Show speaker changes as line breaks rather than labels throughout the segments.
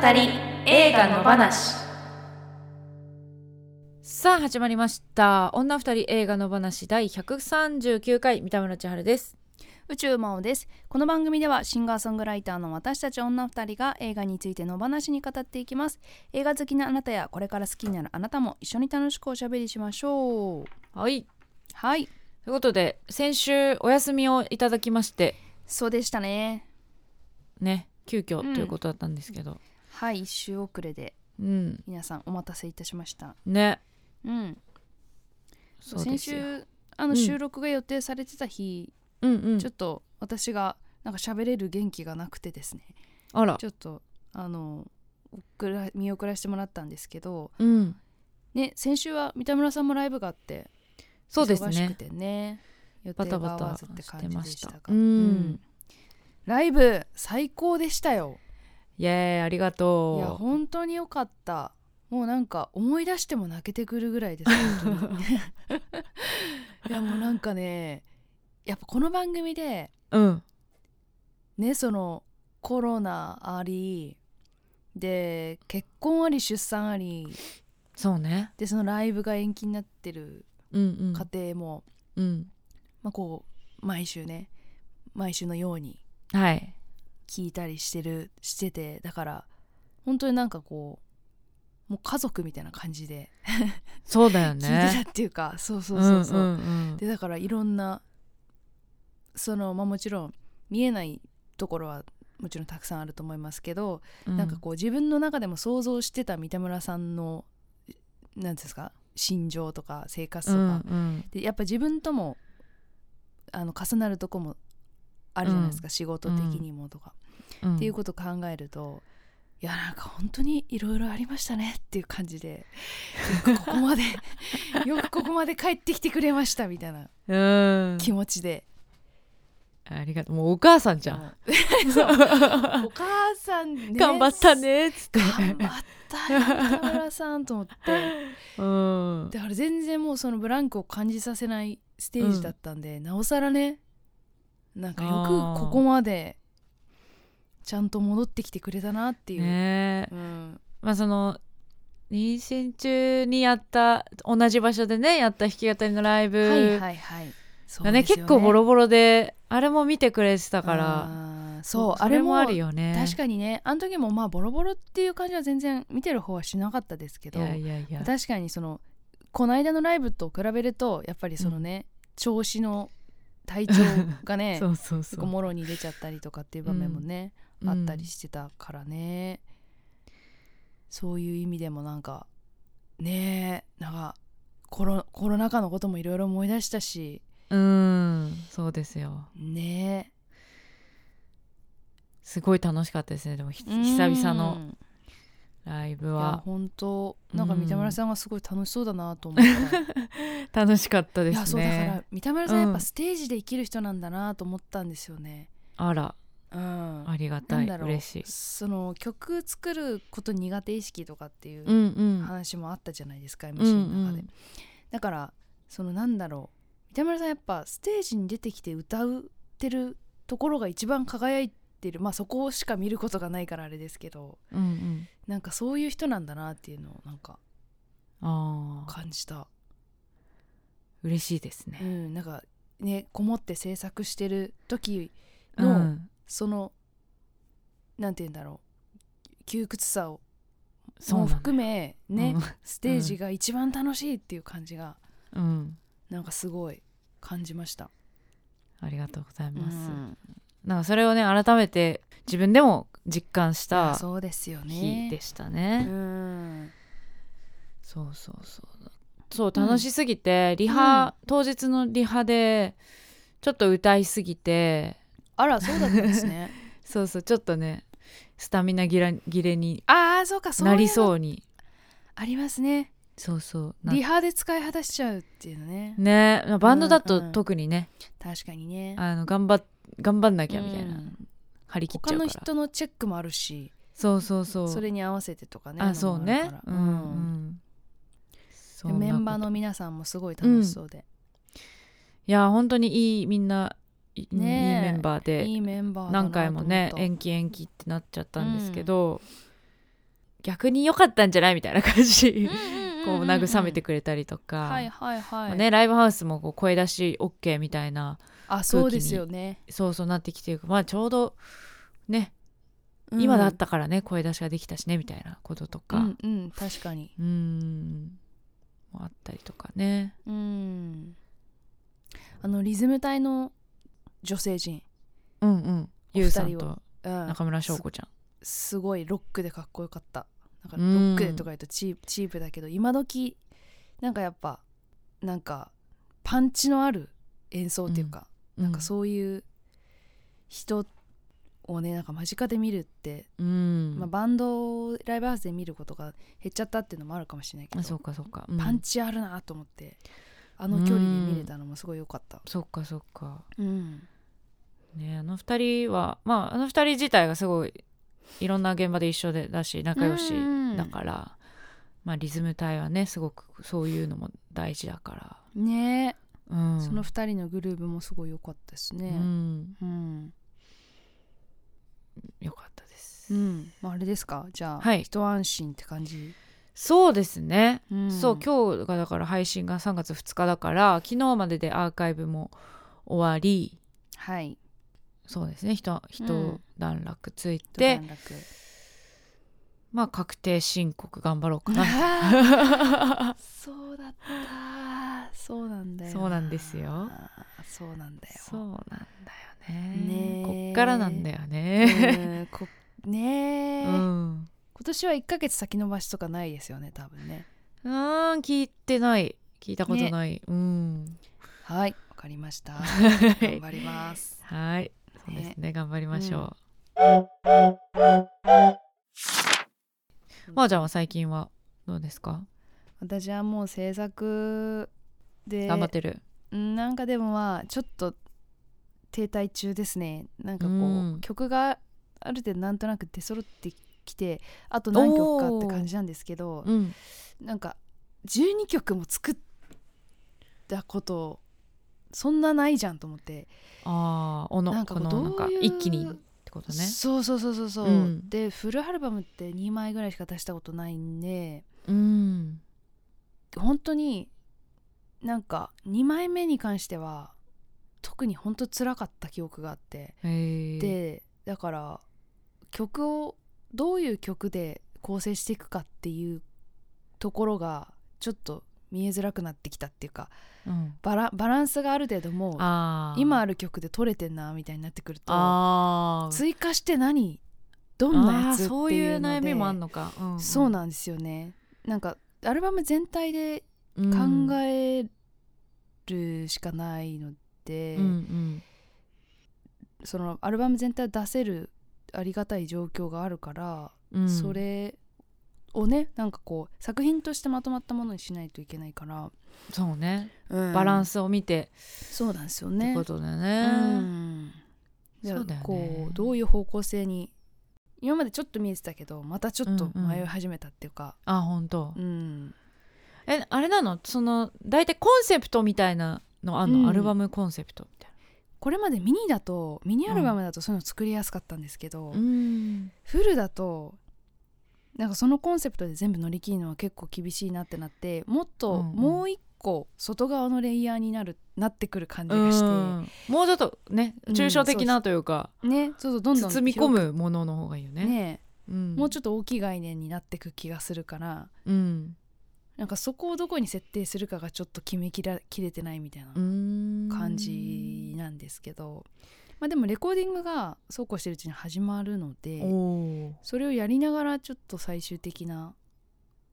た二人映画の話
さあ始まりました女二人映画の話第139回三田村千春です
宇宙魔王ですこの番組ではシンガーソングライターの私たち女二人が映画についての話に語っていきます映画好きなあなたやこれから好きになるあなたも一緒に楽しくおしゃべりしましょう
はい
はい
ということで先週お休みをいただきまして
そうでしたね
ね急遽
うん
ということだったんですけど
はい一周遅れで
うん、
皆さんお待たせいたしました
ね
うん
そうで
先
すよ
週あ
うん
の収録が予定されてた日、
うんうん
ちょっと私がなんか喋れる元気がなくてですね
あら
ちょっとあの送ら見送らせてもらったんですけど
うん
ね先週は三田村さんもライブがあって
そうです
忙しく
ね
てね予
バ
定
タ
が合
バタ
わずって
して
感じ
ま
で
し
したたが
うん
ライブ最高でしたよ
イエーイありが
いや
とう
本当に良かったもうなんか思い出しても泣けてくるぐらいです本当に いやもうなんかねやっぱこの番組で
うん
ねそのコロナありで結婚あり出産あり
そうね
でそのライブが延期になってる
うん
家庭も、
うんうん
まあこう毎週ね毎週のように
はい
聞いたりしてるしててだから本当になんかこうもう家族みたいな感じで
そうだよ
聞いて
ね
たっていうか、そうそうそうそう、
んうんうん
でだからいろんなそのまあもちろん見えないところはもちろんたくさんあると思いますけど、
うん
なんかこう自分の中でも想像してた三田村さんのなんていうんですか心情とか生活とか、
うん
でやっぱ自分ともあの重なるとこもあるじゃないですか、仕事的にもとか、
うん
っていうことを考えるといやなんか本当にいろいろありましたねっていう感じでよくここ までよくここまで帰ってきてくれましたみたいな
うん
気持ちで、
ありがとうもうお母さんじゃん
もう そうお母さんね
頑張ったねっつって。
頑張ったよ田村さんと思って
うん。
だから全然もうそのブランクを感じさせないステージだったんで、なおさらねなんかよ
あー
くここまでちゃんと戻ってきてくれたなっていう、
ねえ
うん、
まあその妊娠中にやった同じ場所でねやった弾き語りのライ
はいはい
ブ
はいそう
がね,、
ですよ
結構ボロボロであれも見てくれてたから
らそうあ
そ
れ
れ
も
もあるよね
確かにねあの時もまあボロボロっていう感じは全然見てる方はしなかったですけど
いやいやいや
確かにそのこの間のライブと比べるとやっぱりそのね、調子の体調が ね
そうそうそ
すごいうもろに出ちゃったりとかっていう場面もね、あったりしてたからね、そういう意味でもなんかねえなんかコロコロナ禍のこともいろいろ思い出したし
うん、うんそうですよ
ね
すごい楽しかったですねでもひ
え
久々
う
の
ん
ライブ
いや
は
本当
うん
なんか三田村さんがすごい楽しそうだなと思った、
楽しかったで
いや
す
そうだから
ね
三田村さんやっ
うん
ぱステージで生きる人なんだなと思ったんですよね
あら
うん、
ありが
な
た
ん
い
だろう
嬉しい
その曲作ること苦手意識とかっていううん
うん
話もあったじゃないですか、
うんう
MC の中で、
ん
だからそのなんだろう三田村さんやっぱステージに出てきて歌うってるところが一番輝いてるまあそこしか見ることがないからあれですけど
うんうん
なんかそういう人なんだなっていうのをなんか
ああ
感じた、
嬉しいです
う
ね。
ん、なんかねこもって制作してる時
う
の、
ん、
そのなんて言うんだろう窮屈さを
そうな
もうん
だよ
含めね、
うん
ステージが一番楽しいっていう感じが
うん、
なんかすごい感じました。
ありがとうございます。
うん
なんかそれをね改めて自分でも実感し
いや
た
そうですよ
日
ね。
でしたね。
うん
そうそうそう。そう楽しすぎて、リハ、当日のリハでちょっと歌いすぎて、
あらそうだったんですね。
そうそうちょっとねスタミナ切れ切れに
ああそうかそうい
な
うの
りそうに
ありますね。
そうそうな
リハで使い果たしちゃうっていうのね。
ねバンドだと
うんうん
特にね、
確かにね。
あの頑張っ頑張んなきゃみたいな、
うん
張り切っち
他
ゃうか
の
ら。
人のチェックもあるし、
そうそうそう。
それに合わせてとかね。
あそう
の
ね
もある
う
から
ん、うんそ
で
んなこと
メンバーの皆さんもすごい楽しそうで、
いや本当にいいみんないい,、
ねえ
メンバーで
いいメンバーだな
何回もね
と思った
延期延期ってなっちゃったんですけど、逆に良かったんじゃないみたいな感じこう慰めて
く
くれたりとか、
はいはいはい、
ね、ライブハウスもこう声出し OK みたいな
あそうですよね、
そうそうなってきてるまあちょうどね、
うん
今だったからね声出しができたしねみたいなこととか
う
うん
うん確かに
ーんもあったりとかね
うんあのリズム隊の女性陣、
うんうんゆうさん
お二人
と
うん、
中村翔子ちゃん
すごいロックでかっこよかったなんか
う
ロ
ん
ックでとか言うとチープチープだけど今時なんかやっぱなんかパンチのある演奏っていうか、なんかそういう人をねなんか間近で見るって、
うん、
まあ、バンドをライブハウスで見ることが減っちゃったっていうのもあるかもしれないけ
あ
ど
そうかそうか、うん
パンチあるなと思ってあの距離で見れたのもすごい良かった、
そうかそうか
うん
ねあの二人はまああの二人自体がすごいいろんな現場で一緒でだし仲良し
うん
だから、まあリズム隊はねすごくそういうのも大事だか
ね
ら、うん、
その2人のグルーヴもすごい良かったです
う
ね、
ん、
うん
よかったです、
うん、まあ、あれですかじゃあ、
はい
一安心って感じ、
そうですね、
うん
そう今日がだから配信が3月2日だから昨日まででアーカイブも終わり
はい
そうですねひとひ
う
と
ん
段落ついて、
一段 落
まあ確定申告頑張ろうかな
そうだったそうなんだよ
そうなんですよ
そうなんだよ
そうなんだよ
ね
ねこ
え
っからなんだよね
うんこねえ、
うん
今年は1ヶ月先延ばしとかないですよね多分ね
うーん聞いてない聞いたことない、うん
はいわかりま した頑張ります
はいそうですね頑張りましょう、まーちゃんは最近はどうですか
私はもう制作で
頑張ってる
うんなんかでもまあちょっと停滞中ですねなんかこう、
うん
曲がある程度なんとなく出揃ってきてあと何曲かって感じなんですけど
うん
なんか12曲も作ったことそんなないじゃんと思って、
ああおの
なんか
こ
こう
のなんか
どういう
一気にってことね
そうそうそうそうそう、
うん
でフルアルバムって2枚ぐらいしか出したことないんで
うん
本当になんか2枚目に関しては特に本当辛かった記憶があって。
へー
でだから曲をどういう曲で構成していくかっていうところがちょっと見えづらくなってきたっていうか
うん、
バラバランスがある程度もう
あー
今ある曲で取れてんなみたいになってくると
あー
追加して何どんなやつって
あ
いうので
ーそういう悩みもあんのか、うん
そうなんですよねなんかアルバム全体で
うん
考えるしかないので、
うんうん
そのアルバム全体を出せるありがたい状況があるから
うん
それをねなんかこう作品としてまとまったものにしないといけないから、
そうね
バ
バラン
ス
スを見て
そうなんですよ
って
ね。
ことだ
う
ね、
ん、だ
そ
か
うだよ
ら
ね
こうどういう方向性に今までちょっと見えてたけどまたちょっと迷い始めたっていうか、
あ本当、
うん
えあれなのその大体コンセプトみたいなのあんの、
うん
アルバムコンセプトみたい
これまでミニだとミニアルバムだとそういうの作りやすかったんですけど、
なうん
フルだとなんかそのコンセプトで全部乗り切るのは結構厳しいなってなってもっと
うんうん
もう一個外側のレイヤーになるなってくる感じがして。
もうちょっとね抽象的なというか、
ねそうそうどんどん
包み込
広
むものの方がいいよ
く
ね
ね
うん、
もうち
ょ
ょ
っ
っと大きい概念になってく気がするから
とうん
なんかそこをどこに設定するかがちょっと決めきらきれてないみたいな
うん
感じなんですけど、まあ、でもレコーディングがそうこうしてるうちに始まるので
おおー
それをやりながらちょっと最終的な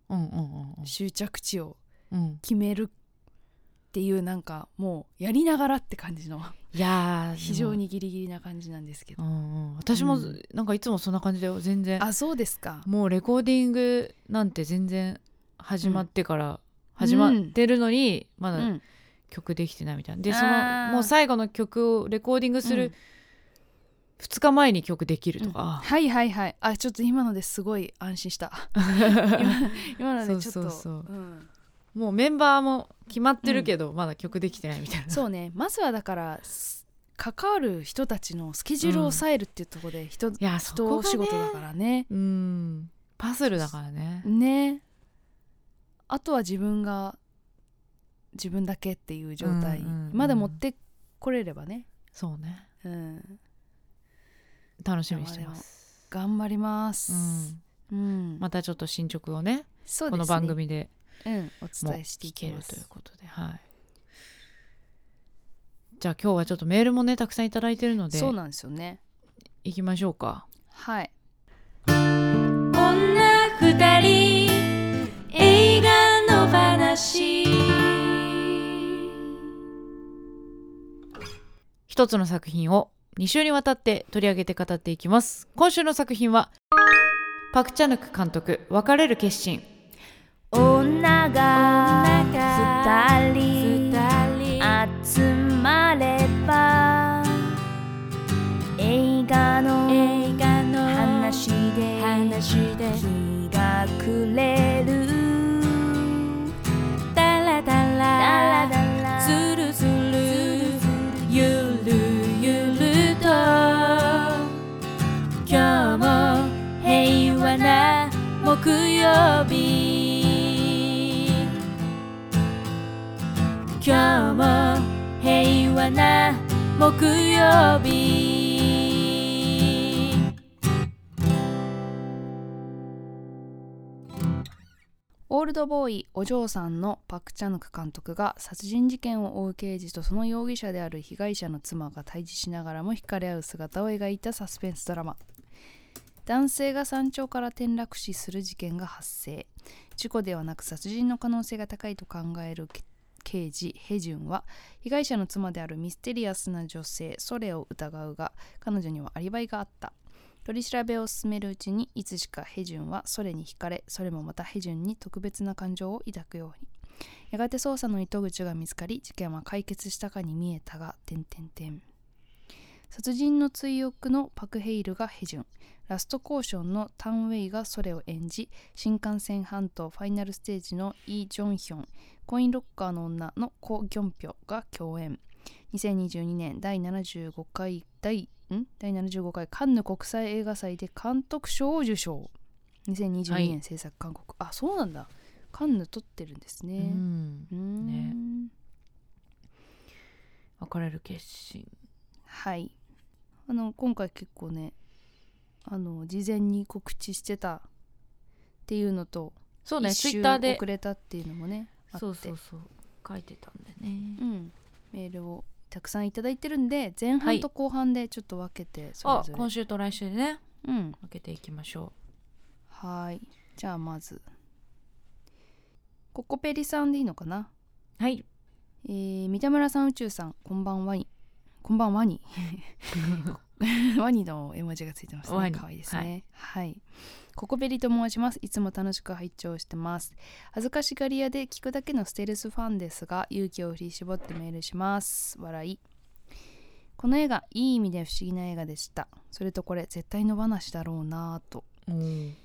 うんうんうん
終着地を
うんうん
決めるっていうなんかもうやりながらって感じの
いやー
非常にギリギリな感じなんですけ
で
ど
もうんうん私も
うん
なんかいつもそんな感じだよ全然
あそうですか
もうレコーディングなんて全然始まってから始まってるのに、ま
う
だ
ん
曲できてないみたいなでそ
あ
の
ー
もう最後の曲をレコーディングす
う
る
ん
2日前に曲できるとか、
はいはいはいあちょっと今のですごい安心した 今のでちょっと
そうそうそう
うん
もうメンバーも決まってるけど、まだ曲できてないみたい な
そうねまずはだからす関わる人たちのスケジュールを抑えるっていうところで人,、
いやそこ
人
がね
仕事だからね
うんパズルだからね
ねあとは自分が自分だけっていう状態
うんうんうん
まで持ってこれればね、
そうね
うん、
楽しみにしてます、
頑張りま
う
す、
ん、
うん
またちょっと進捗をね
そう
こ
ですね
の番、組で
うん、お
も
伝えしてい
聞
き
け
ま
る
す
ということではいじゃあ今日はちょっとメールもねたくさんいただいてるので
そうなんですよね
いきましょうか
はい
女二人映画の話
一つの作品を2週にわたって取り上げて語っていきます今週の作品はパク・チャヌク監督「別れる決心
女が二人
人
集まれば映画の
映画の
話で
話で
日が暮れる
ダラダ
だら
ラ
だら
ズルズルゆるゆると今日も平和な木曜日今日も平和な木曜日
オールドボーイお嬢さんのパク・チャヌク監督が殺人事件を追う刑事とその容疑者である被害者の妻が対峙しながらも惹かれ合う姿を描いたサスペンスドラマ男性が山頂から転落死する事件が発生事故ではなく殺人の可能性が高いと考えるけ刑事ヘジュンは被害者の妻であるミステリアスな女性ソレを疑うが彼女にはアリバイがあった取り調べを進めるうちにいつしかヘジュンはソレに惹かれソレもまたヘジュンに特別な感情を抱くようにやがて捜査の糸口が見つかり事件は解決したかに見えたが点点点殺人の追憶のパク・ヘイルがヘジュンラストコーションのタン・ウェイがソレを演じ新幹線半島ファイナルステージのイ・ジョンヒョンコインロッカーの女のコ・ギョンピョが共演2022年第75回第ん第75回カンヌ国際映画祭で監督賞を受賞2022年制作韓国、あそうなんだカンヌ撮ってるんです
う
ね、
ん
うーん
別れる決心
はいあの今回結構ねあの事前に告知してたっていうのと
そうね
一
ツイ
周
ッターで
遅れたっていうのもねあって
そうそうそう書いてたんでね
うん、メールをたくさんいただいてるんで前
は
半
い
と後半でちょっと分けてそれ
あ
ぞれ、
今週と来週でね
うん
分けていきましょ
はいじゃあまずココペリさんでいいのかな
うはい
えー三田村さん宇宙さんこんばんはにこんばんはに ワニの絵文字がついてます
ワ
ね
ニ
可愛いですねはい、ココベリと申しますいつも楽しく拝聴してます恥ずかしがり屋で聞くだけのステルスファンですが勇気を振り絞ってメールします笑いこの映画いい意味で不思議な映画でしたそれとこれ絶対の話だろうなぁとミ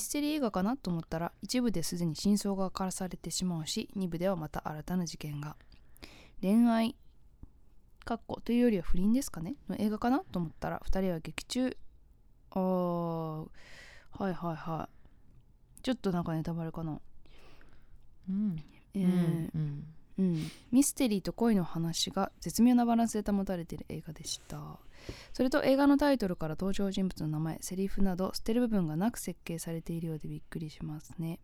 ステリー映画かなと思ったら一部ですでに真相が明かされてしまうし二部ではまた新たな事件が恋愛かっこというよりは不倫ですかねの映画かなと思ったら二人は劇中あーはいはいはいちょっとなんかネタバレかな
うん
え
う
ー
んうん
うん、ミステリーと恋の話が絶妙なバランスで保たれている映画でしたそれと映画のタイトルから登場人物の名前セリフなど捨てる部分がなく設計されているようでびっくりしますね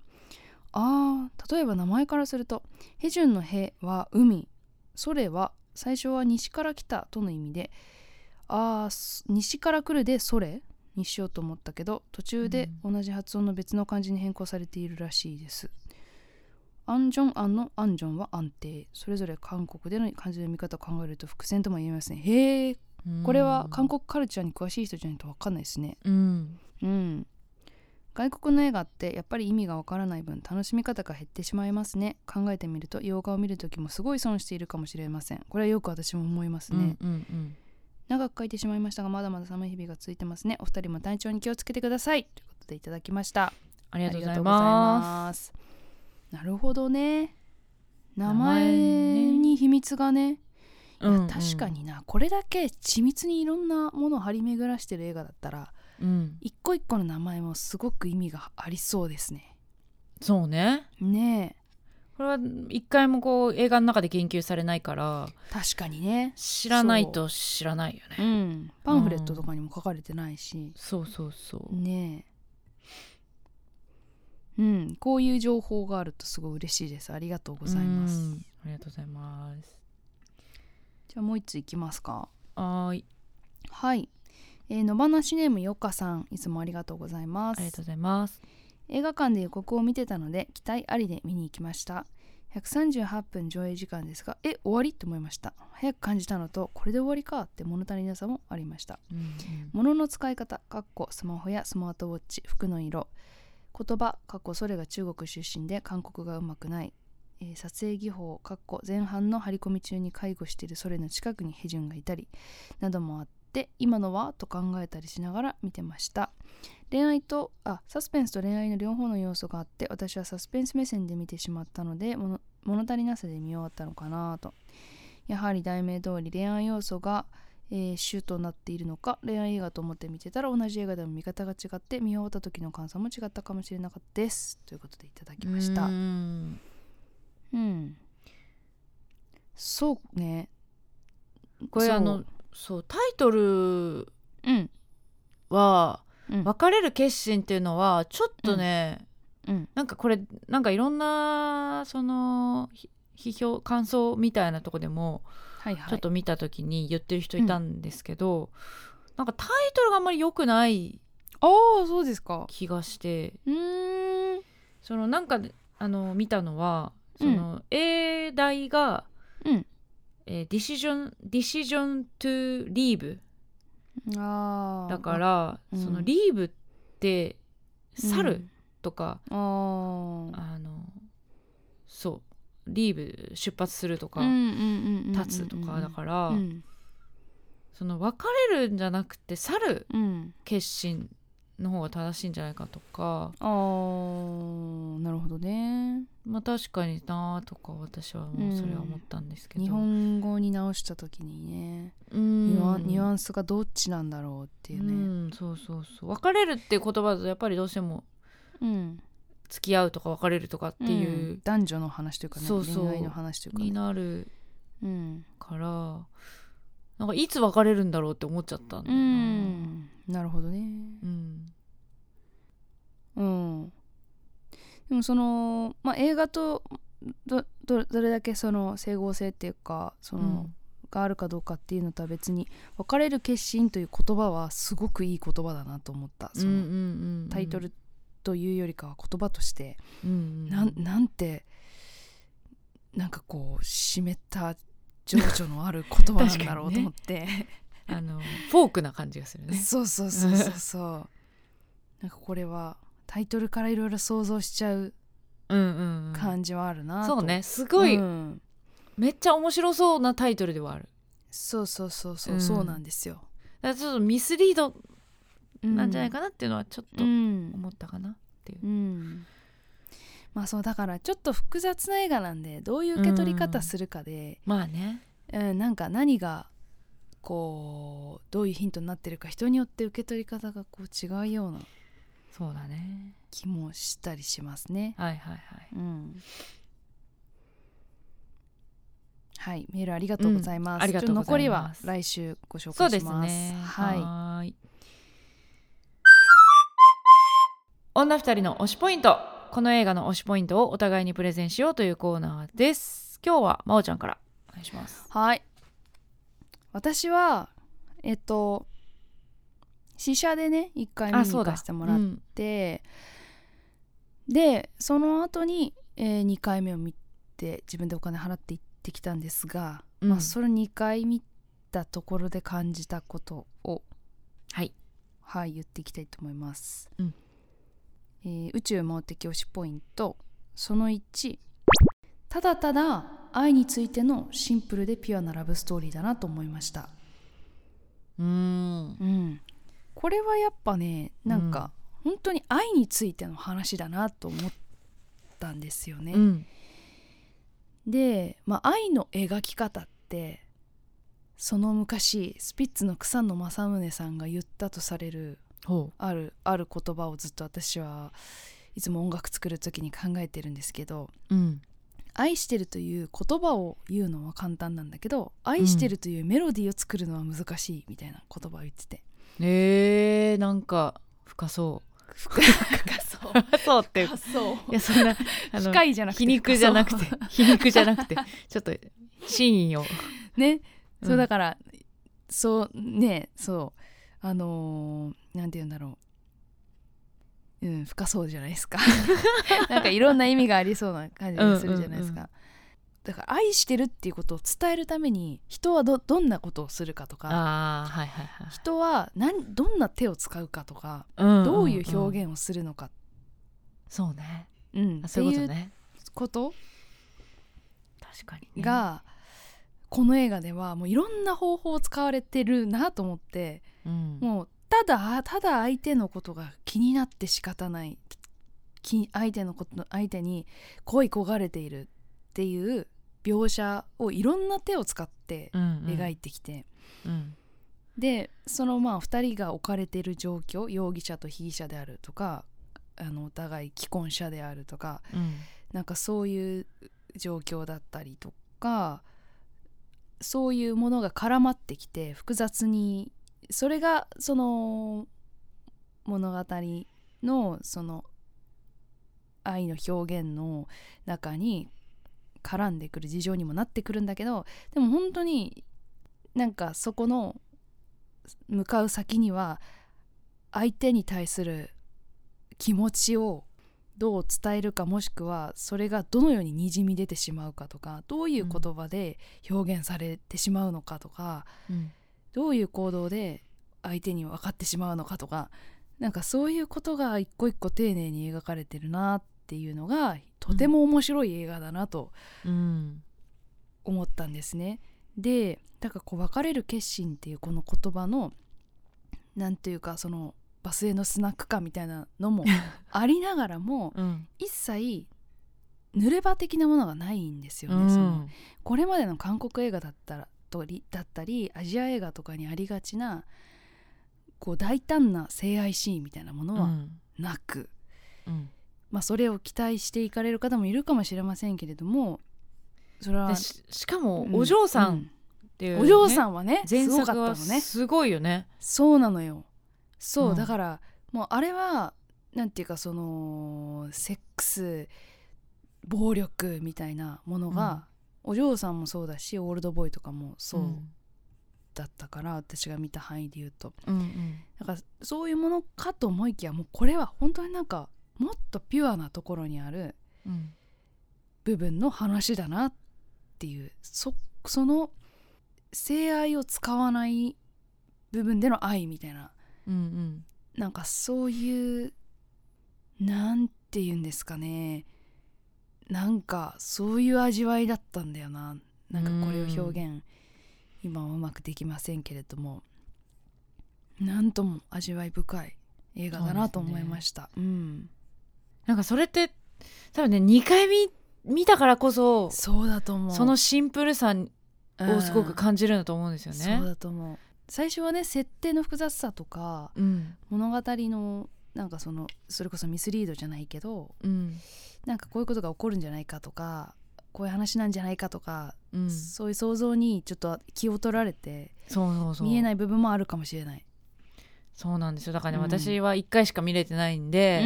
あー例えば名前からすると「ヘジュンのヘは海」「ソレは最初は西から来た」との意味で「あーす西から来る」で「ソレ」にしようと思ったけど途中で同じ発音の別の漢字に変更されているらしいです、アンジョンアンのアンジョンは安定それぞれ韓国での漢字の読み方を考えると伏線とも言えますねへえ
うん
これは韓国カルチャーに詳しい人じゃないと分かんないですね
うん
うん外国の映画ってやっぱり意味がわからない分楽しみ方が減ってしまいますね考えてみると洋画を見る時もすごい損しているかもしれませんこれはよく私も思います
う
ね、
んうん
長く書いてしまいましたがまだまだ寒い日々が続いてますねお二人も体調に気をつけてくださいということでいただきました
あり
あ
が
り
と
が
う
と
ご
うご
ざ
ざ
い
い
ます
ます。なるほどね。名
名
前
前ね
に秘密がね。いや
うんうん
確かになこれだけ緻密にいろんなものを張り巡らしてる映画だったら、
うん、
一個一個の名前もすごく意味がありそうですね
そうね
ね
これは一回もこう映画の中で言及されないから
え確かにね
知らないと知らないよね
うんパンフレットとかにも書かれてないし、
そうそうそう、
ねえうんこういう情報があるとすごい嬉しいですありがとうございます、
うんありがとうございます
じゃあもう一ついきますか
はーい
はい、えー、野放しネームよかさんいつもありがとうございま
ありがと
す
うございます
映画館で予告を見てたので期待ありで見に行きました138分上映時間ですがえ終わりって思いました早く感じたのとこれで終わりかって物足りなさもありました
うん
物の使い方かっこスマホやスマートウォッチ服の色言葉かっこそれが中国出身で韓国がうまくない、えー撮影技法かっこ前半の張り込み中に介護しているそれの近くにヘジュンがいたりなどもあって今のはと考えたりしながら見てました恋愛とあサスペンスと恋愛の両方の要素があって私はサスペンス目線で見てしまったので物物足りなさで見終わったのかなとやはり題名通り恋愛要素がえー主となっているのか恋愛映画と思って見てたら同じ映画でも見方が違って見終わった時の感想も違ったかもしれなかったですということでいただきました
うん
うんそうね
これ
そう
あのそうタイトル
うん
は
うん
別れる決心っていうのはちょっとね、
うん
なんかこれなんかいろんなそのひ批評感想みたいなとこでも
はいはい
ちょっと見た時に言ってる人いたんですけど、なんかタイトルがあんまり良くない
ああそうですか
気がして
うーん
そのなんかあの見たのはその、英題が、
うん
えー、Decision Decision to Leave
ああ
だから、
うん
そのリーブって去るとか、
あー
あのそうリーブ出発するとか、
うんうんうんうんうん
立つとかだから、
うん
その別れるんじゃなくて去る
うん
決心の方が正しいんじゃないかとか
あーなるほどね
まあ確かになとか私はもうそれは思ったんですけど、
日本語に直した時にね
うん
ニュアンニュアンスがどっちなんだろうっていう
う
ね。
んそうそうそう別れるっていう言葉だとやっぱりどうしても
うん
付き合うとか別れるとかっていう、
男女の話というかね
そうそう
恋愛の話というか
に
ね。
なる
うん
からなんかいつ別れるんだろうって思っちゃったんだ
う
よな。
んなるほどね。
うん
うん、でもその、まあ、映画とどどどれだけその整合性っていうかその、があるかどうかっていうのとは別に「別れる決心」という言葉はすごくいい言葉だなと思った。その
の
タイトルというよりかは言葉として
な
な
ん
なんてなんかこう湿った情緒のある言葉なんだろう
確かにね
と思って、
あのフォークな感じがするね。
そうそうそうそうそうなんかこれはタイトルからいろいろ想像しちゃう
うんうんうん
感じはあるなと、
そうねすごい、
うん
めっちゃ面白そうなタイトルではある。
そうそうそうそううんそうなんですよ、
だからちょっとミスリードなんじゃない
か
かなっていうのはちょっ
う
と
ん、
思ったかな。
うんまあそうだからちょっと複雑な映画なんでどういう受け取り方するかで、
まあね。
うん、なんか何がこうどういうヒントになってるか人によって受け取り方がこう違うような
そうだね。
気もしたりしますね。
はいはいはい。
うん、はいメールありがとうございま
う
す。
んありがとうございます
ちょっ残りは来週ご紹
そう
介
で
し
す
ます。
ね。
は
ーい。女二人の推しポイント。この映画の推しポイントをお互いにプレゼンしようというコーナーです。今日はまおちゃんからお願いします
い。。はい。私はえっと試写でね一回見に行かせてもらっ
うん
ってでその後に、え2回目を見て自分でお金払って行ってきたんですが、
うん
まあ、それ2回見たところで感じたことを
はい。
はい言っていきたいと思います、
うん
えー宇宙盲的推しポイントその1ただただ愛についてのシンプルでピュアなラブストーリーだなと思いました
うん。
うん、これはやっぱねなんか本当に愛についての話だなと思ったんですよね。
うん。
で、まあ、愛の描き方ってその昔スピッツの草野正宗さんが言ったとされる
ほ
あるある言葉をずっと私はいつも音楽作る時に考えてるんですけど
う、うん、
「愛してる」という言葉を言うのは簡単なんだけど「愛してる」というメロディーを作るのは難しいみたいな言葉を言ってて、
えー、なんか深そう
深そう
深 そうって
深そう
いやそんなあ の
深いじゃなくて
皮肉じゃなくて
深そ
皮肉じゃなく てちょっと真意を、
うねそうだ
か
から、そうねそうあのーなんて言うんだろううん深そうじゃないです かなんかいろんな意味がありそうな感じがするじゃないですか、
うん
だから愛してるっていうことを伝えるために人はどどんなことをするかとか
ああはいはいはい
人は何どんな手を使うかとか、
うん
どういう
現
表現をするのか、
そうね
うん
あ
っ
そ
て
ういう
い
こと
う
ね
こと
確かにね
が、この映画ではもういろんな方法を使われてるなと思って、
うん
もうただただ相手のことが気になって仕方ないき相手のこと相手に恋焦がれているっていう描写をいろんな手を使って
うんうん
描いてきて、
うん
でそのまあ2人が置かれている状況容疑者と被疑者であるとかあのお互い既婚者であるとか
うん
なんかそういう状況だったりとかそういうものが絡まってきて複雑にそれがその物語のその愛の表現の中に絡んでくる事情にもなってくるんだけどでも本当になんかそこの向かう先には相手に対する気持ちをどう伝えるかもしくはそれがどのようににじみ出てしまうかとかどういう言葉で表現されてしまうのかとか、
うん
どういう行動で相手に分かってしまうのかとかなんかそういうことが一個一個丁寧に描かれてるなっていうのがとても面白い映画だなと
うん
思ったんですね。でだからこう「別れる決心」っていうこの言葉のなんていうかそのバスへのスナック感みたいなのもありながらも、
うん
一切濡れ場的なものがないんですよね、そのこれまでの韓国映画だったらとりだったりアジア映画とかにありがちなこう大胆な性愛シーンみたいなもの
う
は
ん
なく、
うん
まあ、それを期待していかれる方もいるかもしれませんけれどもそれは
で、ししかも
うん
お嬢さんっていうう、
んお嬢さ
ん
んはね
前
すごかっ
作
た
は
のね
すごいよね
そうなのよそう、
うん
だからもうあれはなんていうかそのセックス暴力みたいなものが、お嬢さんもそうだしオールドボーイとかもそうだったから、私が見た範囲で言うと
うんうん
だからそういうものかと思いきやもうこれは本当になんかもっとピュアなところにある
うん
部分の話だなっていうそその性愛を使わない部分での愛みたいな
うんうん
なんかそういうなんて言うんですかねなんかそういう味わいだったんだよななんかこれを表現今はうまくできませんけれどもなんとも味わい深い映画だなと
そうです
思
ね
いましたうん
なんかそれって多分ね2回見見たからこそ
そうだと思う
そのシンプルさ
う
を
ん
すごく感じるんだと思うんですよね
そう。だと思う最初はね設定の複雑さとか
うん
物語のなんかそのそれこそミスリードじゃないけど
うん
なんかこういうことが起こるんじゃないかとかこういう話なんじゃないかとか、
うん、そ
そういう想像にちょっと気を取られて
うそうそう
見えない部分もあるかもしれない。
そうなんですよだからね、
うん
私は1回しか見れてないん
う
で、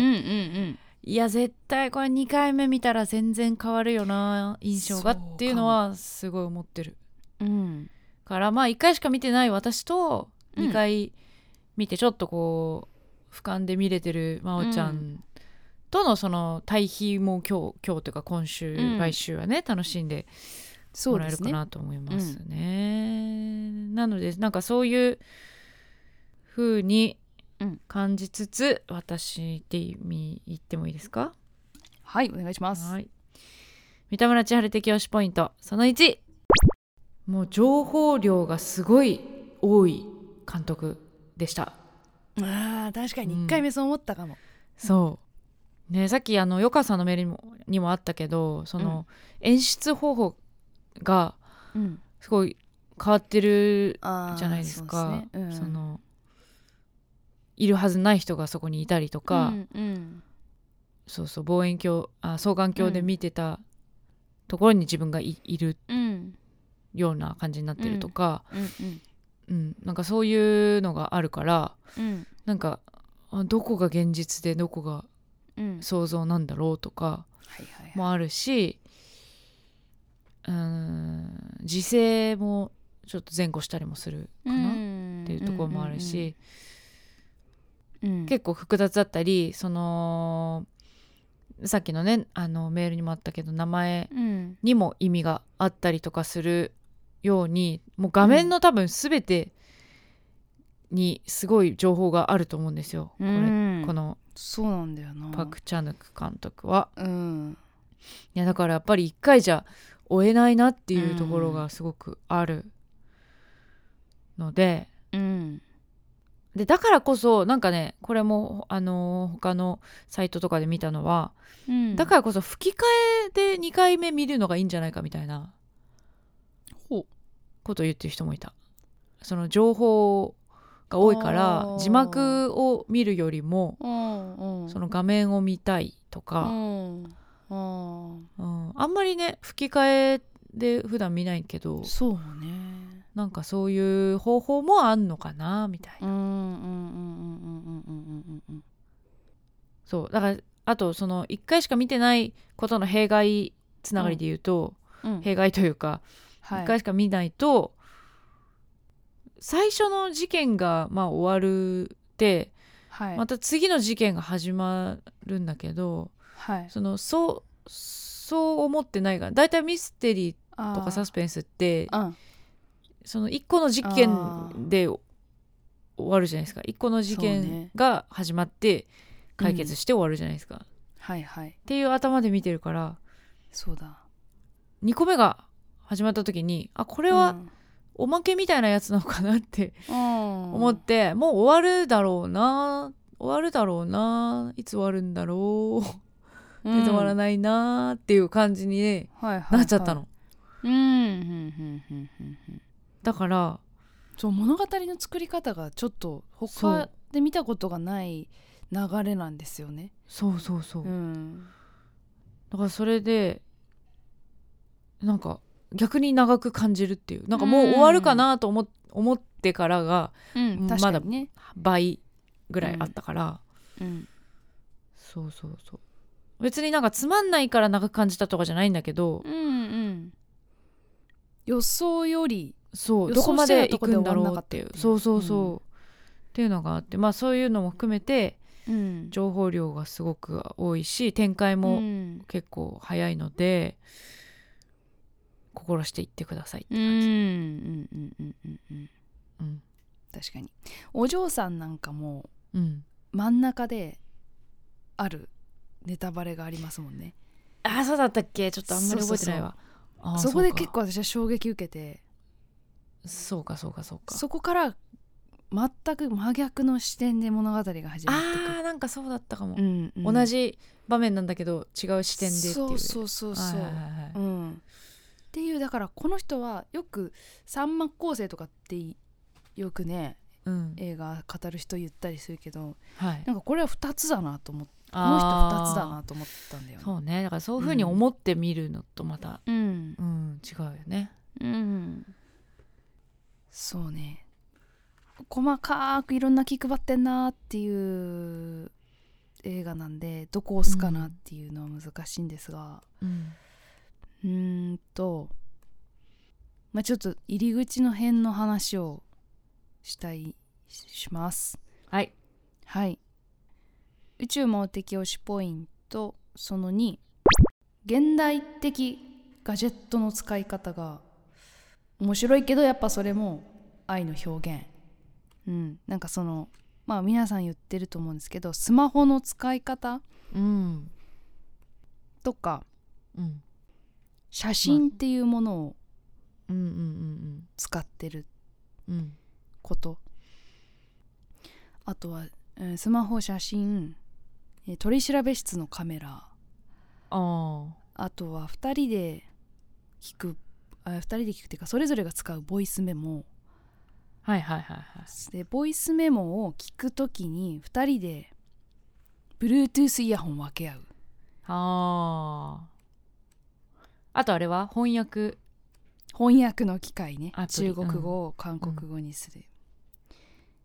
ん
いや絶対これ2回目見たら全然変わるよな印象が
そうかも
っていうのはすごい思ってる
うんうん
からまあ1回しか見てない私と
うん
2回見てちょっとこう俯瞰で見れてる真央ちゃ
うん
とのその対比も今日今日というか今週、
うん
来週はね楽しんで
そ
も
う
らえ
で
る
す
か
ね。
なと思いますね。なのでなんかそういう風に
うん
感じつつ、私ってみ言ってもいいですか
はいお願いします。
はい三田村千春的推しポイントその1もう情報量がすごい多い監督でした。
ああ確か
うん
に一回目そう思ったかも。
そうねさっきあのよかさんのメールにもにもあったけどその演出方法が
うん、
すごい変わってる
あー
じゃないですか
そうですねうん
そのいるはずない人がそこにいたりとか、
うんうん
そうそう望遠鏡あ双眼鏡で見てたところに自分がいいる
うん
ような感じになってるとか、
うん
うんなんかそういうのがあるから
うん
なんかあどこが現実でどこが
うん
想像なんだろうとか
はいはいはい
もあるし、うん、時勢もちょっと前後したりもするかなっていうところもあるし、
結
結構複雑だったりそのさっきのねあのメールにもあったけど名前
構
にも意味があったりとかするようにもう画面の多分全てにすごい情報があると思うんですよ、こ
こ
れこ
の
の
そうなんだよな
パク・チャヌク監督は。
うん
いやだからやっぱり一回じゃ終えないなっていうところがすごくあるので,、
うん
でだからこそなんかねこれもあのー他のサイトとかで見たのは、だからこそ吹き替えで2回目見るのがいいんじゃないかみたいな
ほう
ことを言ってる人もいた。その情報が多いか
あ
ら
ー
字幕を見るよりも
うんうん
その画面を見たいと
う
か、
んうん
うんあんまりね吹き替えで普段見ないけど
そうね
なんかそういう方法もあんのかなみたいな、
うんうんうんうんうんうんうんうん
そうだからあとその1回しか見てないことの弊害つながりで言うと、
うん
弊害というか、
は
一
い
1回しか見ないと最初の事件がまあ終わるで、
はい
また次の事件が始まるんだけど
はい
そのそうそう思ってないが大体ミステリーとかサスペンスって
あーうん
その1個の事
あ
件で終わるじゃないですか1個の事
そう
件
ね
が始まって解決して終わるじゃないですか、っ
はいはい
ていう頭で見てるから
そうだ
2個目が始まった時にあこ
こ
れはおまけみたいなやつなのかなって思
思
って、もう終わるだろうな終わるだろうないつ終わるんだろう
う
全然終わら
ん
ないなっていう感じに、ね
はいはいはい
なっちゃったの、
うんうんうんうんうんうん
だから
そう物語の作り方がちょっと
そ
他
う
で見たことがない流れなんですよね。
そうそうそう、
うん、
だからそれでなんか逆に長く感じるっていうなんかもう終わるかなと思っ思ってからが
うん、
まだ
確かにね、
倍ぐらいあったから、
うん、
そうそうそう別になんかつまんないから長く感じたとかじゃないんだけど、
うんうん予想より
そう
予
どこ
想
ま
して
で
たと
行
こ
く
で
んだろうっていう
終わんなかったっていう
そうそうそう、
う
っていうのがあってまあそういうのも含めて
うん
情報量がすごく多いし展開
う
も
ん
結構早いので、心していってくださいって
うんうんう
感じ、
んうんうんうん
うん
確かにお嬢さんなんかも
うん、
真ん中であるネタバレがありますもんね。
ああそうだったっけちょっとあんまり覚えてないわあー
そこ
う
で
か
結構私は衝撃受けて
そうかそうかそうか
そこから全く真逆の視点で物語が始まってく
あーなんかそうだったかも、
る。うんうん
同じ場面なんだけど違う視点でっていう
そうそうそうそ
はいは
う、
いはいはい
うん、っていうだからこの人はよく三幕構成とかっていよくね
うん
映画語る人言ったりするけど
はい
なんかこれは2つだなと思ってこ
こ
の人2つだなと思ったんだよね
そうねだからそういうふうに思ってみるのとまた、
うん
うん、違うよね
うんそうね細かくいろんな気配ってんなっていう映画なんでどこ押すかなっていうのは難しいんですが、
うん
うーんと、まあ、ちょっと入り口の辺の話をしたいしします
はい
はい宇宙盲的推しポイントその2現代的ガジェットの使い方が面白いけどやっぱそれも愛の表現うんなんかそのまあ皆さん言ってると思うんですけどスマホの使い方
うん
とか
うん
写真っていうものを
うんうんうん
使ってる
うんうん
ことあとは、うんスマホ写真えー取り調べ室のカメラ
あ
あとは2人で聞くあ2人で聞くっていうかそれぞれが使うボイスメモ
あはいはいはいはい
でボイスメモを聞くときに2人で Bluetooth イヤホン分け合う
あーあとあれは翻訳
翻訳の機械ね
アプリ
中国語を韓国語にする、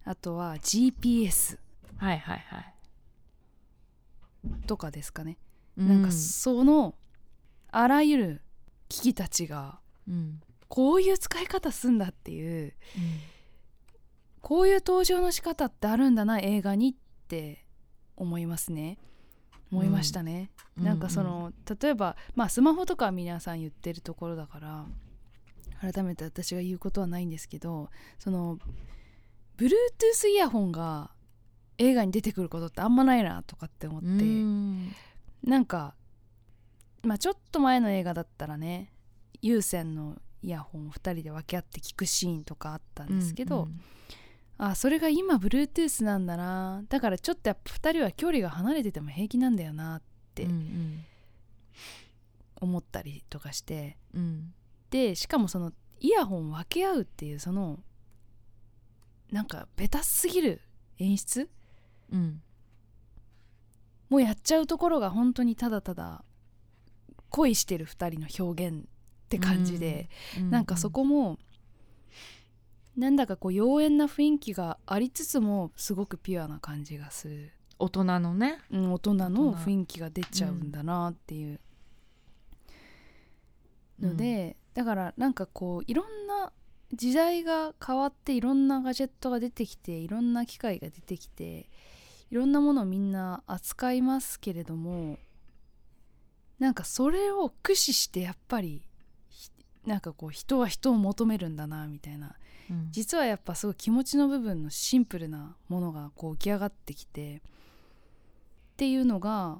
あとは GPS
はいはいはい
とかですかね、
う
なんかそのあらゆる機器たちが
うん
こういう使い方すんだっていう
うん
こういう登場の仕方ってあるんだな映画にって思いますね思いましたね、なんかその、例えば、まあ、スマホとかは皆さん言ってるところだから改めて私が言うことはないんですけどその Bluetooth イヤホンが映画に出てくることってあんまないなとかって思っ
う
て、
んうん
なんか、まあ、ちょっと前の映画だったらね有線のイヤホンを2人で分け合って聞くシーンとかあったんですけど、
うん
あそれが今 Bluetooth なんだなだからちょっとやっぱ2人は距離が離れてても平気なんだよなって
うんうん
思ったりとかして
うん
でしかもそのイヤホン分け合うっていうそのなんかベタすぎる演出
うん
もうやっちゃうところが本当にただただ恋してる2人の表現って感じで、
う
なんかそこもなんだかこう妖艶な雰囲気がありつつもすごくピュアな感じがする、
大人のね
うん、大人の
大人
雰囲気が出ちゃうんだなっていうので、だからなんかこういろんな時代が変わっていろんなガジェットが出てきていろんな機械が出てきていろんなものをみんな扱いますけれどもなんかそれを駆使してやっぱりひなんかこう人は人を求めるんだなみたいな
うん
実はやっぱすごい気持ちの部分のシンプルなものがこう浮き上がってきてっていうのが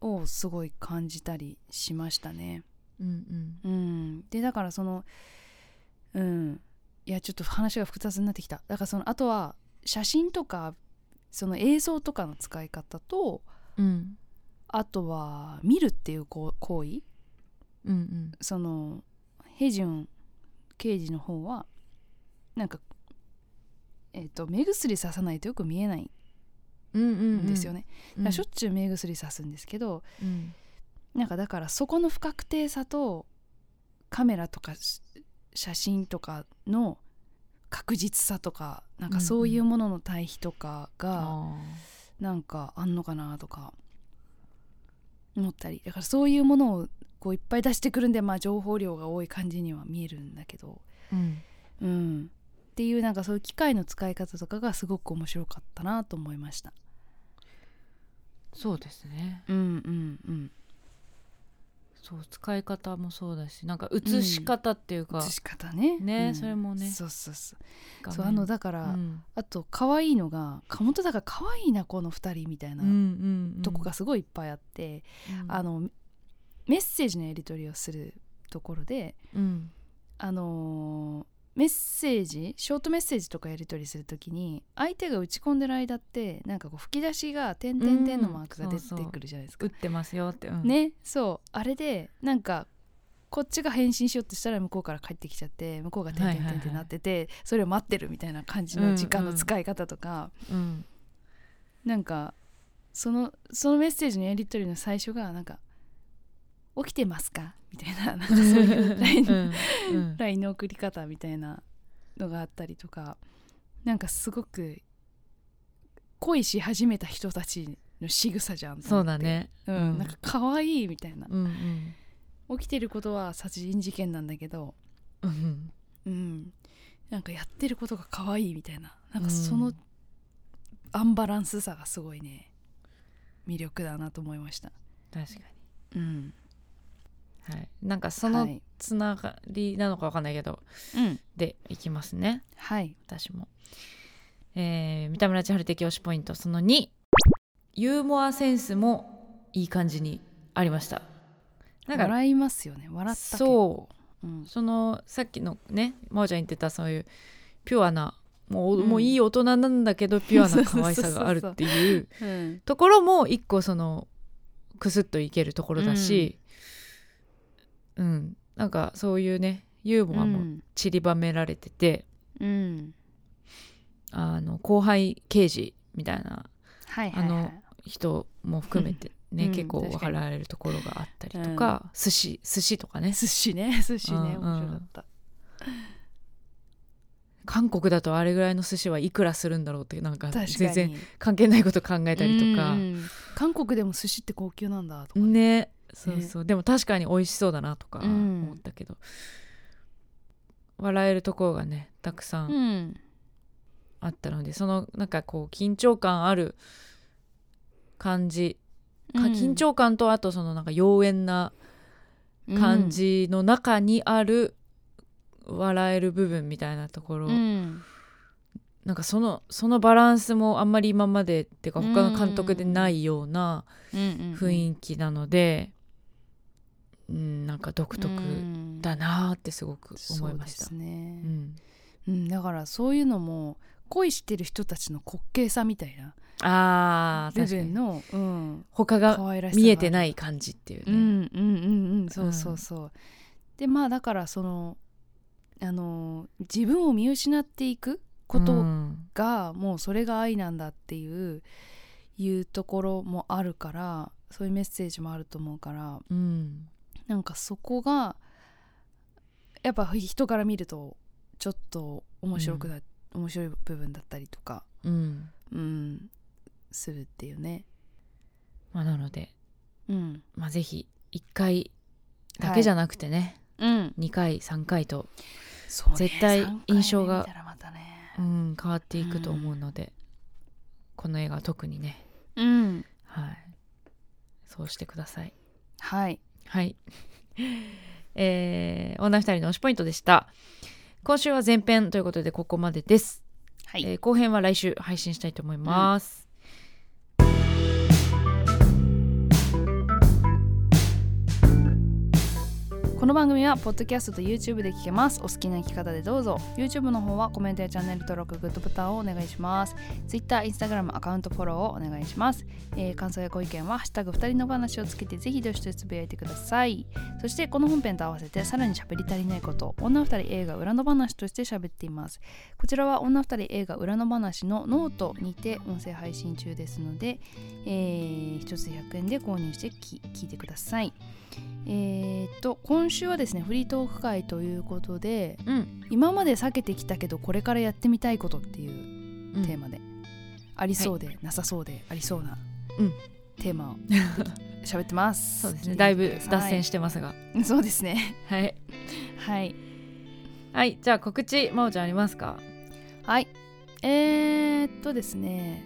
をすごい感じたりしましたね。
うんうん
うん、でだからそのうんいやちょっと話が複雑になってきただからそのあとは写真とかその映像とかの使い方と
うん
あとは見るっていうこう行為
うんうん
そのヘジュン刑事の方はなんかえっ、と目薬ささないとよく見えない
うんうん
んですよね、だからしょ
っ
っちゅう目薬さすんですけど、
うん
なんかだからそこの不確定さとカメラとかし写真とかの確実さとかなんかそういうものの対比とかが
あ
なんかあんのかなとか思ったりだからそういうものをこういっぱい出してくるんでまあ情報量が多い感じには見えるんだけど
ーうん
うんっていうなんかそういう機械の使い方とかがすごく面白かったなと思いました
そうですね
うんうんうん
そう使い方もそうだしなんか映し方っていうか、
映し方ね
ね
うん
それもね
そうそうそう
画面
そうあのだか
う
ら、
ん
あと可愛いのが「本当だから可愛いなこの2人」みたい
うん
な
うんうん
とこがすごいいっぱいあって、
うん
あのメッセージのやり取りをするところで、
うん
あのーメッセージショートメッセージとかやり取りするときに相手が打ち込んでる間ってなんかこう吹き出しが「点点点」のマークが出てくるじゃないですか。
打ってますよって、うん、
ねそうあれでなんかこっちが返信しようとしたら向こうから帰ってきちゃって向こうが「点点点」ってなってて、それを待ってるみたいな感じの時間の使い方とか。
うん
なんかそのそのメッセージのやり取りの最初がなんか「起きてますか?」みたいななんかそういう LINE の
うんうん、
LINE の送り方みたいなのがあったりとかなんかすごく恋し始めた人たちの仕草じゃんと
そ
思
う
っ
だ、
て
ね
うん
うん
なんか可愛いみたいな
うんうん
起きてることは殺人事件なんだけど
うん
うんなんかやってることが可愛いみたいななん
う
か
ん
そのアンバランスさがすごいね魅力だなと思いました
確か
うん
にはいなんかその
はい、
つながりなのかわかんないけど、
うん
でいきますね
はい、
私も、えー三田村千春的推しポイントその2ユーモアセンスもいい感じにありましたなんか
笑いますよね笑った、
そう
うん、
そのさっきのね真央ちゃん言ってたそういうピュアなもう,、
うん
もういい大人なんだけどピュアな可愛さがあるっていう
うん
ところも一個そのクスッといけるところだし、うんなんかそういうねユーモアも散りばめられてて、
うん
あの後輩刑事みたいな
はいはい
あ
は
の人も含めてね、
うん
結構
うん確か
笑
に
われるところがあったりとか、寿司寿司とかね
い寿司ね 寿司ね面
うんうん
白かった
韓国だとあれぐらいの寿司はいくらするんだろうってなんか
確かに
全然関係ないこと考えたりとか
うん、うん韓国でも寿司って高級なんだとか
ねそうそう、でも確かに美味しそうだなとか
うん
思ったけど、笑えるところがねたくさん
ん
あったので、そのなんかこう緊張感ある感じ、か
うん
緊張感とあとそのなんか妖艶な感じの中にある笑える部分みたいなところ、
うん
なんかそのそのバランスもあんまり今までっていうか
うん
他の監督でないような
雰
雰囲気なので、うんなんか独特だなーってすごく思いました。
そうですね
う、ん、
うん、だからそういうのも恋してる人たちの滑稽さみたいな
あー
部
確か
分
に
の、うん、
他が
可愛らしさが
見えてない感じっていう
う
ね。
んうんうんうんそうそうそう、でまあだからそのあの自分を見失っていくこ
う
と
ん
が、もうそれが愛なんだっていういうところもあるからそういうメッセージもあると思うから
うん
なんかそこがやっぱ人から見るとちょっと面白くな、面白い部分だったりとか、
うん
うん、するっていうね。
まあ、なので、
うん、
まあ、ぜひ1回だけじゃなくてね、
うん、
2回3回と、
そうね
絶対印象が
三回目見たらまたね
うん、変わっていくと思うので、この映画は特にね、
うん、
はい、そうしてください。
はい、
はい。 えー、女二人の推しポイントでした。今週は前編ということでここまでです。
はい
えー後編は来週配信したいと思います。
この番組はポッドキャストと YouTube で聞けますお好きな聞き方でどうぞ YouTube の方はコメントやチャンネル登録グッドボタンをお願いします Twitter、Instagram アカウントフォローをお願いします、えー感想やご意見は「ハッシュタグ二人の話」をつけてぜひどしどしつぶやいてくださいそしてこの本編と合わせてさらに喋り足りないこと女二人映画裏の話として喋っていますこちらは女二人映画裏の話のノートにて音声配信中ですので、えー、1つ100円で購入してき聞いてくださいえーっと今週はですねフリートーク会ということで
うん。
今まで避けてきたけどこれからやってみたいことっていう
うん
テーマで、ありそうで、なさそうでありそうな、
うん
テーマを喋ってま す
そうですね。だいぶ脱線
し、
してますが。
はいそうですね
はい。
はい
はい。じゃあ告知、まおちゃんありますか
はいえー、っとですね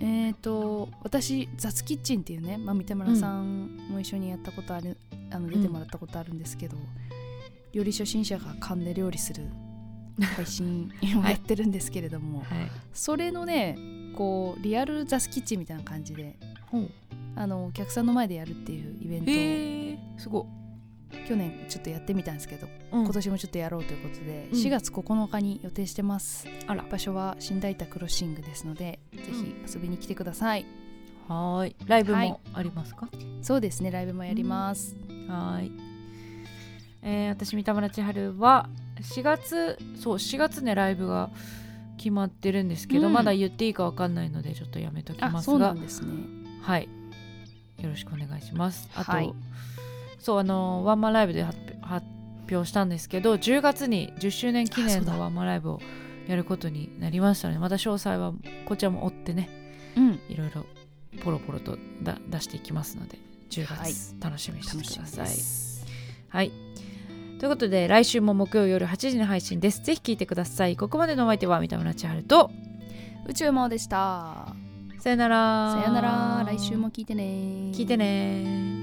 えー、っと私「雑キッチン」っていうね、まあ、三田村さんも一緒にやったことある、あの出てもらったことあるんですけど、料理初心者が勘で料理する配信をやってるんですけれども、
はい。
それのねこうリアル雑キッチンみたいな感じであのお客さんの前でやるっていうイベン
え
トを、
ー、すごい。
去年ちょっとやってみたんですけど
うん
今年もちょっとやろうということで、
うん
4月9日に予定してます
あら
場所は新大田クロッシングですのでぜひ遊びに来てください、
はーい。ライブ
は
も
い
ありますか
そうですねライブもやります、
はーい。えー私三田村千春は4月そう4月ねライブが決まってるんですけど、
うん
まだ言っていいかわかんないのでちょっとやめとき
あ
ます
そうな
が
んですね
はいよろしくお願いします。あと、
はい
そうあのワンマンライブで発表発表したんですけど10月に10周年記
あそ
念
うだ
のワンマンライブをやることになりましたのでまた詳細はこちらも追ってね
うん
いろいろポロポロとだ出していきますので10月、
はい
楽しみにして
楽
て
し
くだ
みで
さい。
す
はい。ということで来週も木曜夜8時に配信です。ぜひ聞いてください。ここまでのお相手は三田村千春と
宇宙魔王でした
さよなら。
さよなら来週も聞いてね
聞いてね。